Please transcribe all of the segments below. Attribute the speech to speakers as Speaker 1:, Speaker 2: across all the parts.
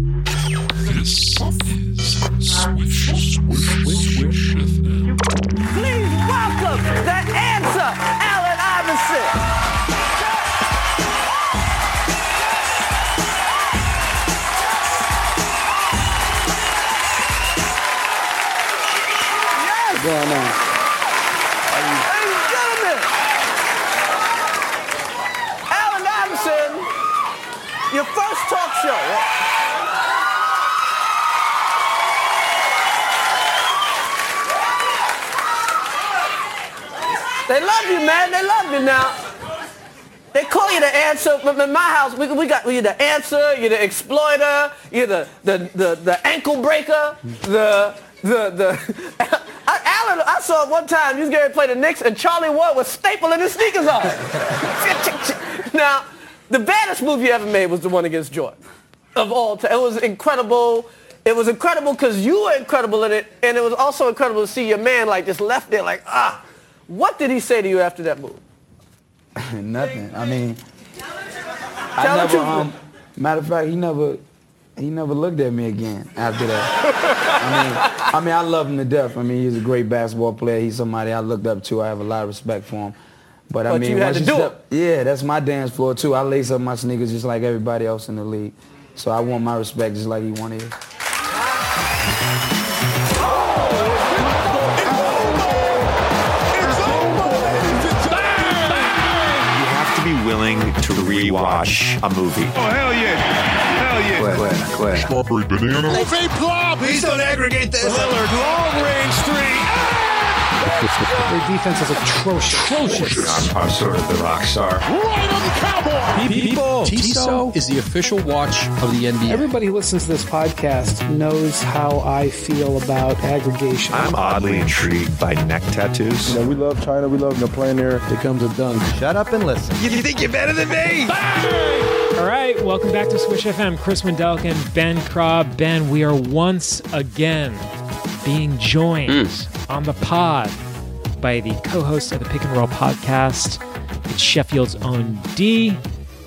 Speaker 1: This is Swish, Swish, Swish FM.
Speaker 2: Please welcome the answer, Allen Iverson. Yes,
Speaker 3: going on?
Speaker 2: ladies and gentlemen. Allen Iverson, your first talk show. They love you, man. They love you now. They call you the answer. But in my house, we, we got you're the answer. You're the exploiter. You're the the the, the ankle breaker. The the the. I, Alan, I saw it one time. You was getting to play the Knicks, and Charlie Ward was stapling his sneakers on. now, the baddest move you ever made was the one against Jordan. Of all time, it was incredible. It was incredible because you were incredible in it, and it was also incredible to see your man like just left there like ah. What did he say to you after that move?
Speaker 3: Nothing. I mean, I
Speaker 2: Tell the
Speaker 3: never.
Speaker 2: truth.
Speaker 3: Um, matter of fact, he never. He never looked at me again after that. I mean, I mean, I love him to death. I mean, he's a great basketball player. He's somebody I looked up to. I have a lot of respect for him. But I
Speaker 2: But
Speaker 3: mean,
Speaker 2: you had
Speaker 3: once
Speaker 2: to do
Speaker 3: step, yeah, that's my dance floor too. I lace up my sneakers just like everybody else in the league. So I want my respect just like he wanted his.
Speaker 4: You have to be willing to rewatch a movie.
Speaker 5: Oh, hell yeah. Hell yeah.
Speaker 1: Strawberry banana.
Speaker 5: Buffet plop. Please don't aggregate that. Lillard, long range three. Ah!
Speaker 6: Their defense is atrocious.
Speaker 4: I'm, I'm sort of the rock star.
Speaker 5: Right on the cowboy.
Speaker 7: Oh,
Speaker 8: People,
Speaker 6: Tiso
Speaker 8: is the official watch of the NBA.
Speaker 6: Everybody who listens to this podcast knows how I feel about aggregation.
Speaker 4: I'm oddly intrigued by neck tattoos.
Speaker 9: We love China. We love Napoleon there. It comes a dunk.
Speaker 10: Shut up and listen.
Speaker 4: You think you're better than me?
Speaker 11: All right, welcome back to Switch FM. Chris Mendelkin, Ben Krob, Ben. We are once again being joined
Speaker 12: Hmm.
Speaker 11: on the pod by the co-host of the Pick and Roll podcast. It's Sheffield's own D.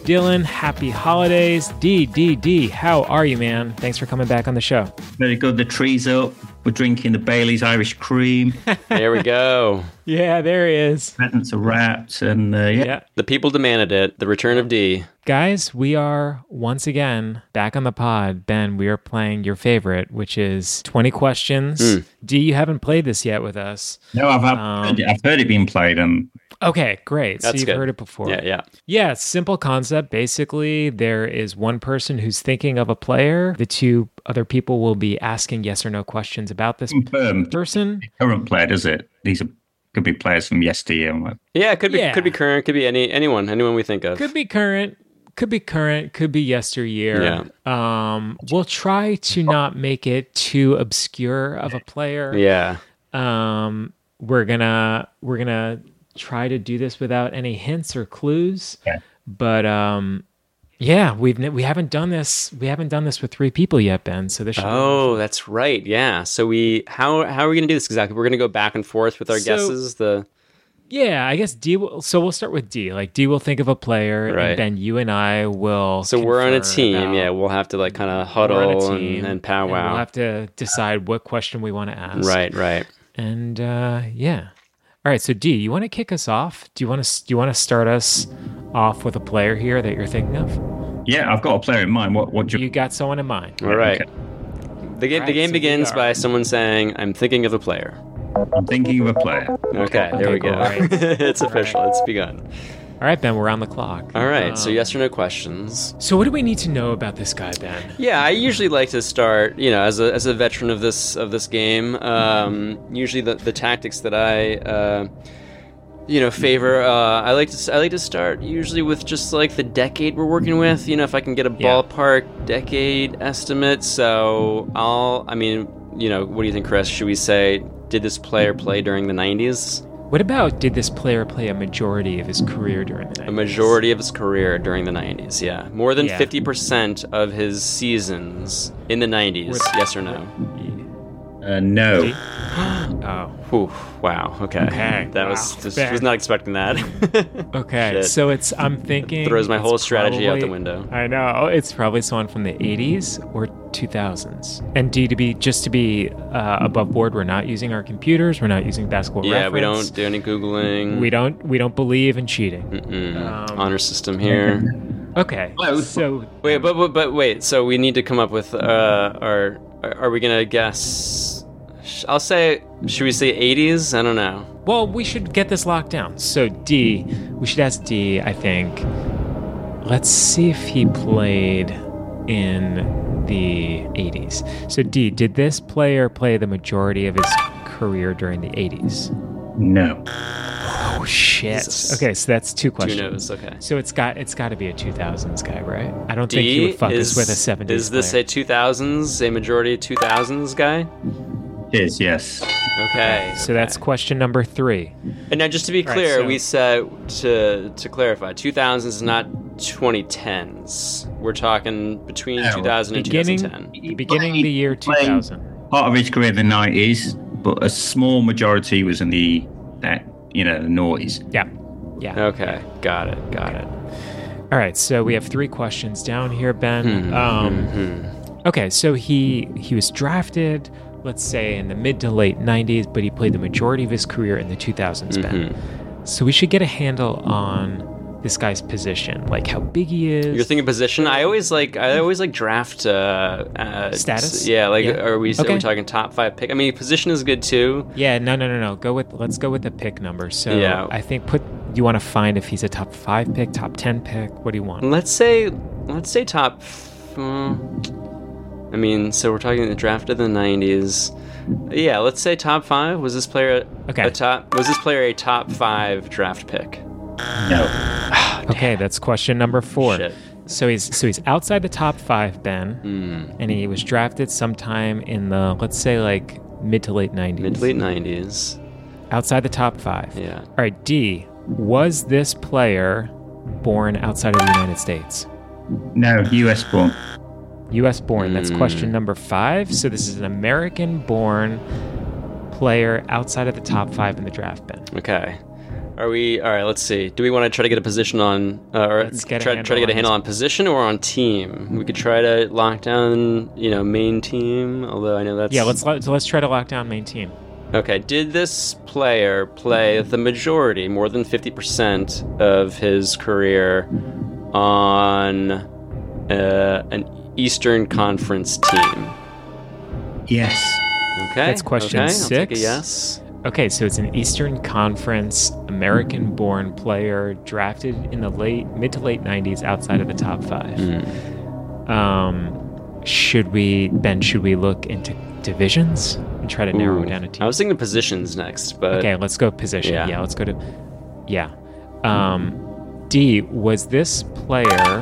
Speaker 11: Dylan, happy holidays. D, D, D, how are you, man? Thanks for coming back on the show.
Speaker 7: Very good. The tree's up. We're drinking the Bailey's Irish Cream.
Speaker 12: There we go.
Speaker 11: Yeah, there he is.
Speaker 7: Patents are wrapped, and uh, yeah.
Speaker 11: Yeah.
Speaker 12: The people demanded it. The return of D.
Speaker 11: Guys, we are once again back on the pod. Ben, we are playing your favorite, which is 20 questions.
Speaker 12: Hmm.
Speaker 11: D, you haven't played this yet with us.
Speaker 7: No, I've I've, heard it, I've heard it being played, and
Speaker 11: Okay, great. so
Speaker 12: That's
Speaker 11: you've
Speaker 12: good.
Speaker 11: heard it before.
Speaker 12: Yeah, yeah.
Speaker 11: Yeah, simple concept. Basically, there is one person who's thinking of a player. The two other people will be asking yes or no questions about this
Speaker 7: Hmm. confirmed
Speaker 11: person.
Speaker 7: current player does it. These are, could be players from yesteryear. And what-
Speaker 12: Yeah, it could be
Speaker 11: Yeah.
Speaker 12: could be current, could be any anyone, anyone we think of.
Speaker 11: Could be current, could be current, could be yesteryear. Yeah. Um, we'll try to not make it too obscure of a player.
Speaker 12: Yeah.
Speaker 11: um we're gonna we're gonna try to do this without any hints or clues
Speaker 7: Yeah.
Speaker 11: but um yeah we've ne- we haven't done this we haven't done this with three people yet ben so this should be-
Speaker 12: Oh, that's right. Yeah. So we how how are we gonna do this exactly? We're gonna go back and forth with our
Speaker 11: So-
Speaker 12: guesses. The
Speaker 11: yeah i guess d will so we'll start with d like d will think of a player
Speaker 12: Right.
Speaker 11: and then you and i will
Speaker 12: so we're on a
Speaker 11: confer
Speaker 12: team.
Speaker 11: about-
Speaker 12: yeah, we'll have to like kind of
Speaker 11: we're on a
Speaker 12: huddle
Speaker 11: team,
Speaker 12: and, and powwow.
Speaker 11: we'll have to decide what question we want to ask
Speaker 12: right, right.
Speaker 11: and uh yeah all right so d you want to kick us off do you want to do you want to start us off with a player here that you're thinking of
Speaker 7: yeah, I've got a player in mind. What? What? Do you,
Speaker 11: You got someone in mind.
Speaker 12: All right.
Speaker 7: Okay.
Speaker 12: The game
Speaker 11: All
Speaker 12: the
Speaker 11: right,
Speaker 12: game
Speaker 11: so we
Speaker 12: begins
Speaker 11: are-
Speaker 12: by someone saying, I'm thinking of a player.
Speaker 7: I'm thinking of a player.
Speaker 12: Okay, there
Speaker 11: okay,
Speaker 12: we go.
Speaker 11: cool. All right.
Speaker 12: it's official. It's begun.
Speaker 11: All right, Ben, we're on the clock.
Speaker 12: All right. so
Speaker 11: Um,
Speaker 12: yes or no questions.
Speaker 11: So what do we need to know about this guy, Ben?
Speaker 12: Yeah, I usually like to start, you know, as a, as a veteran of this of this game. Um, usually, the, the tactics that I, uh, you know, favor,
Speaker 11: Mm-hmm.
Speaker 12: uh, I like to s- I like to start usually with just like the decade we're working with. You know, if I can get a
Speaker 11: Yeah.
Speaker 12: ballpark decade estimate, so I'll. I mean, you know, what do you think, Chris? Should we say did this player play during the '90s?
Speaker 11: What about did this player play a majority of his career during the night?
Speaker 12: A majority of his career during the '90s. Yeah, more than
Speaker 11: Yeah.
Speaker 12: fifty percent of his seasons in the '90s.
Speaker 11: Were-
Speaker 12: yes or no?
Speaker 7: Uh, no.
Speaker 12: oh. wow. Okay.
Speaker 11: Okay,
Speaker 12: That was
Speaker 11: wow.
Speaker 12: just
Speaker 11: Bang.
Speaker 12: was not expecting that.
Speaker 11: Okay,
Speaker 12: Shit.
Speaker 11: so it's I'm thinking
Speaker 12: throws my
Speaker 11: it's
Speaker 12: whole strategy out the
Speaker 11: probably-
Speaker 12: window.
Speaker 11: I know oh, it's probably someone from the 80s or 2000s. And D to be just to be uh, above board, we're not using our computers. We're not using basketball.
Speaker 12: yeah, we
Speaker 11: Reference.
Speaker 12: don't do any googling.
Speaker 11: We don't. We don't believe in cheating.
Speaker 12: Mm-mm.
Speaker 11: Um,
Speaker 12: Honor system here.
Speaker 11: Okay, so
Speaker 12: Wait, but, but but wait. So we need to come up with uh, our. Are we gonna guess? sh- I'll say. Should we say 80s? I don't know.
Speaker 11: well, we should get this locked down. So D, we should ask D. I think. Let's see if he played in the 80s. So D, did this player play the majority of his career during the 80s?
Speaker 7: No.
Speaker 11: Oh shit. Okay, so that's two questions.
Speaker 12: knows, okay.
Speaker 11: So it's got it's got to be a 2000s guy, right? I don't
Speaker 12: D
Speaker 11: think he would fuck
Speaker 12: is
Speaker 11: us with a 70s.
Speaker 12: Is this
Speaker 11: player.
Speaker 12: a 2000s? A majority 2000s guy?
Speaker 7: It is, yes.
Speaker 12: Okay.
Speaker 11: So that's question number 3.
Speaker 12: And now, just to be
Speaker 11: Right,
Speaker 12: clear,
Speaker 11: so-
Speaker 12: we said to to clarify, 2000s is not 2010s. We're talking between
Speaker 7: No.
Speaker 12: 2000 and
Speaker 11: Beginning
Speaker 12: 2010.
Speaker 11: beginning of the year 2000.
Speaker 7: Part of his career in the 90s, but a small majority was in the, that, you know, the noughties.
Speaker 11: Yeah. Yeah.
Speaker 12: Okay, got it, got it.
Speaker 11: All right, so we have three questions down here, Ben.
Speaker 12: Hmm.
Speaker 11: um,
Speaker 12: Mm-hmm.
Speaker 11: Okay, so he he was drafted, let's say in the mid to late '90s, but he played the majority of his career in the 2000s,
Speaker 12: Mm-hmm.
Speaker 11: Ben. So we should get a handle on this guy's position, like how big he is.
Speaker 12: You're thinking position. I always like I always like draft uh, uh,
Speaker 11: Status?
Speaker 12: s- Yeah, like
Speaker 11: Yeah.
Speaker 12: are we, are
Speaker 11: Okay.
Speaker 12: we talking top five pick? I mean, position is good too.
Speaker 11: yeah, no, no, no, no. Go with let's go with the pick number. So
Speaker 12: Yeah.
Speaker 11: I think put you want to find if he's a top five pick, top ten pick. What do you want?
Speaker 12: Let's say let's say top. f- uh, I mean, so we're talking the draft of the '90s. Yeah, let's say top five. Was this player a,
Speaker 11: Okay.
Speaker 12: a top? Was this player a top five draft pick?
Speaker 7: No.
Speaker 11: Okay, that's question number four.
Speaker 12: Shit.
Speaker 11: So he's so he's outside the top five, Ben,
Speaker 12: Hmm.
Speaker 11: and he was drafted sometime in the let's say like mid to late nineties.
Speaker 12: Mid to late '90s.
Speaker 11: outside the top five.
Speaker 12: Yeah.
Speaker 11: All right, D. Was this player born outside of the United States?
Speaker 7: No, US born.
Speaker 11: U.S. born. That's
Speaker 12: Mm.
Speaker 11: question number five. So this is an American born player outside of the top five in the draft, Ben.
Speaker 12: Okay. Are we all right? Let's see. Do we want to try to get a position on, uh, or
Speaker 11: Let's get a
Speaker 12: try, try to
Speaker 11: handle
Speaker 12: get a
Speaker 11: on
Speaker 12: handle on position or on team? We could try to lock down, you know, main team. Although I know that's
Speaker 11: Yeah, let's let, let's try to lock down main team.
Speaker 12: Okay, did this player play the majority, more than 50% of his career on uh, an Eastern Conference team?
Speaker 7: Yes.
Speaker 12: Okay.
Speaker 11: That's question
Speaker 12: okay, I'll take a
Speaker 11: six.
Speaker 12: yes.
Speaker 11: Okay, so it's an Eastern Conference American born player drafted in the late mid to late 90s outside of the top 5.
Speaker 12: Hmm.
Speaker 11: Um should we Ben should we look into divisions and try to narrow
Speaker 12: Ooh.
Speaker 11: down a team?
Speaker 12: I was thinking positions next, but
Speaker 11: okay, let's go position.
Speaker 12: Yeah.
Speaker 11: Yeah, let's go to Yeah. Um D was this player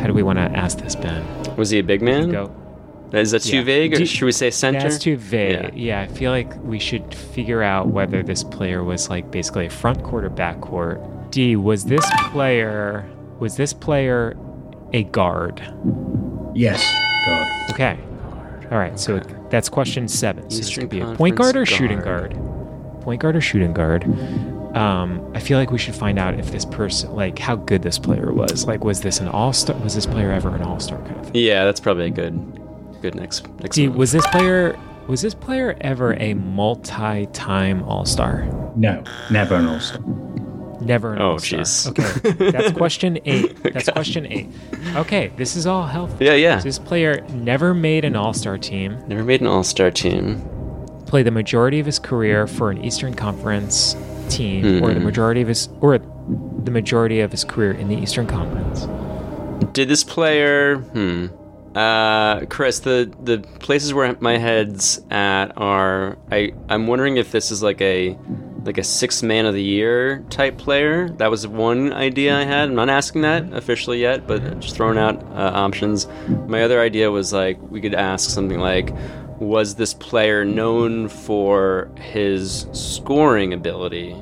Speaker 11: How do we want to ask this, Ben?
Speaker 12: was he a big man?
Speaker 11: Go.
Speaker 12: Is that too
Speaker 11: Yeah.
Speaker 12: vague, or
Speaker 11: Do-
Speaker 12: should we say center?
Speaker 11: That's too vague.
Speaker 12: Yeah.
Speaker 11: Yeah. I feel like we should figure out whether this player was like basically a front court or back court. D, was this player was this player a guard?
Speaker 7: Yes. God.
Speaker 11: Okay. All right. So that's question seven. So this
Speaker 12: Eastern
Speaker 11: could be a point guard or
Speaker 12: Conference
Speaker 11: shooting
Speaker 12: guard.
Speaker 11: guard. Point guard or shooting guard. Um, I feel like we should find out if this person, like, how good this player was. Like, was this an all star? Was this player ever an all star kind of thing?
Speaker 12: Yeah, that's probably a good, good next. next
Speaker 11: D,
Speaker 12: move.
Speaker 11: was this player was this player ever a multi-time all-star?
Speaker 7: No. Never an all-star.
Speaker 11: Never an
Speaker 12: Oh,
Speaker 11: all-star.
Speaker 12: jeez.
Speaker 11: Okay. That's question 8. That's question 8. Okay, this is all healthy.
Speaker 12: Yeah, yeah.
Speaker 11: So this player never made an all-star team.
Speaker 12: Never made an all-star team.
Speaker 11: Played the majority of his career for an Eastern Conference team or the
Speaker 12: Mm-hmm.
Speaker 11: majority of his or the majority of his career in the Eastern Conference.
Speaker 12: Did this player? Hmm. Uh, Chris, the the places where my head's at are I I'm wondering if this is like a like a six man of the year type player. That was one idea I had. I'm not asking that officially yet, but just throwing out uh, options. My other idea was like we could ask something like, was this player known for his scoring ability?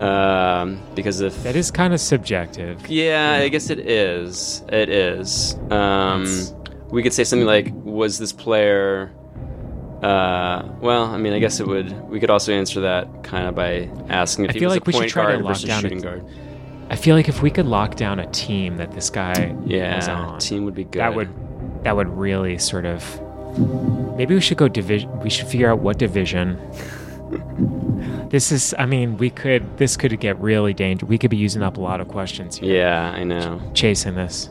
Speaker 12: Um, because if
Speaker 11: That is kind of subjective.
Speaker 12: yeah, I guess it is. It is. Um, we could say something like, "Was this player Uh, well, I mean, I guess it would. We could also answer that kind of by asking if
Speaker 11: I
Speaker 12: he
Speaker 11: feel
Speaker 12: was
Speaker 11: like
Speaker 12: a
Speaker 11: we should
Speaker 12: point
Speaker 11: try to
Speaker 12: guard
Speaker 11: lock
Speaker 12: versus
Speaker 11: down a-
Speaker 12: shooting guard.
Speaker 11: I feel like if we could lock down a team that this guy was
Speaker 12: Yeah,
Speaker 11: on,
Speaker 12: team would be good.
Speaker 11: that would that would really sort of. Maybe we should go division. We should figure out what division. this is. I mean, we could. This could get really dangerous. We could be using up a lot of questions here.
Speaker 12: Yeah, I know.
Speaker 11: Chasing this.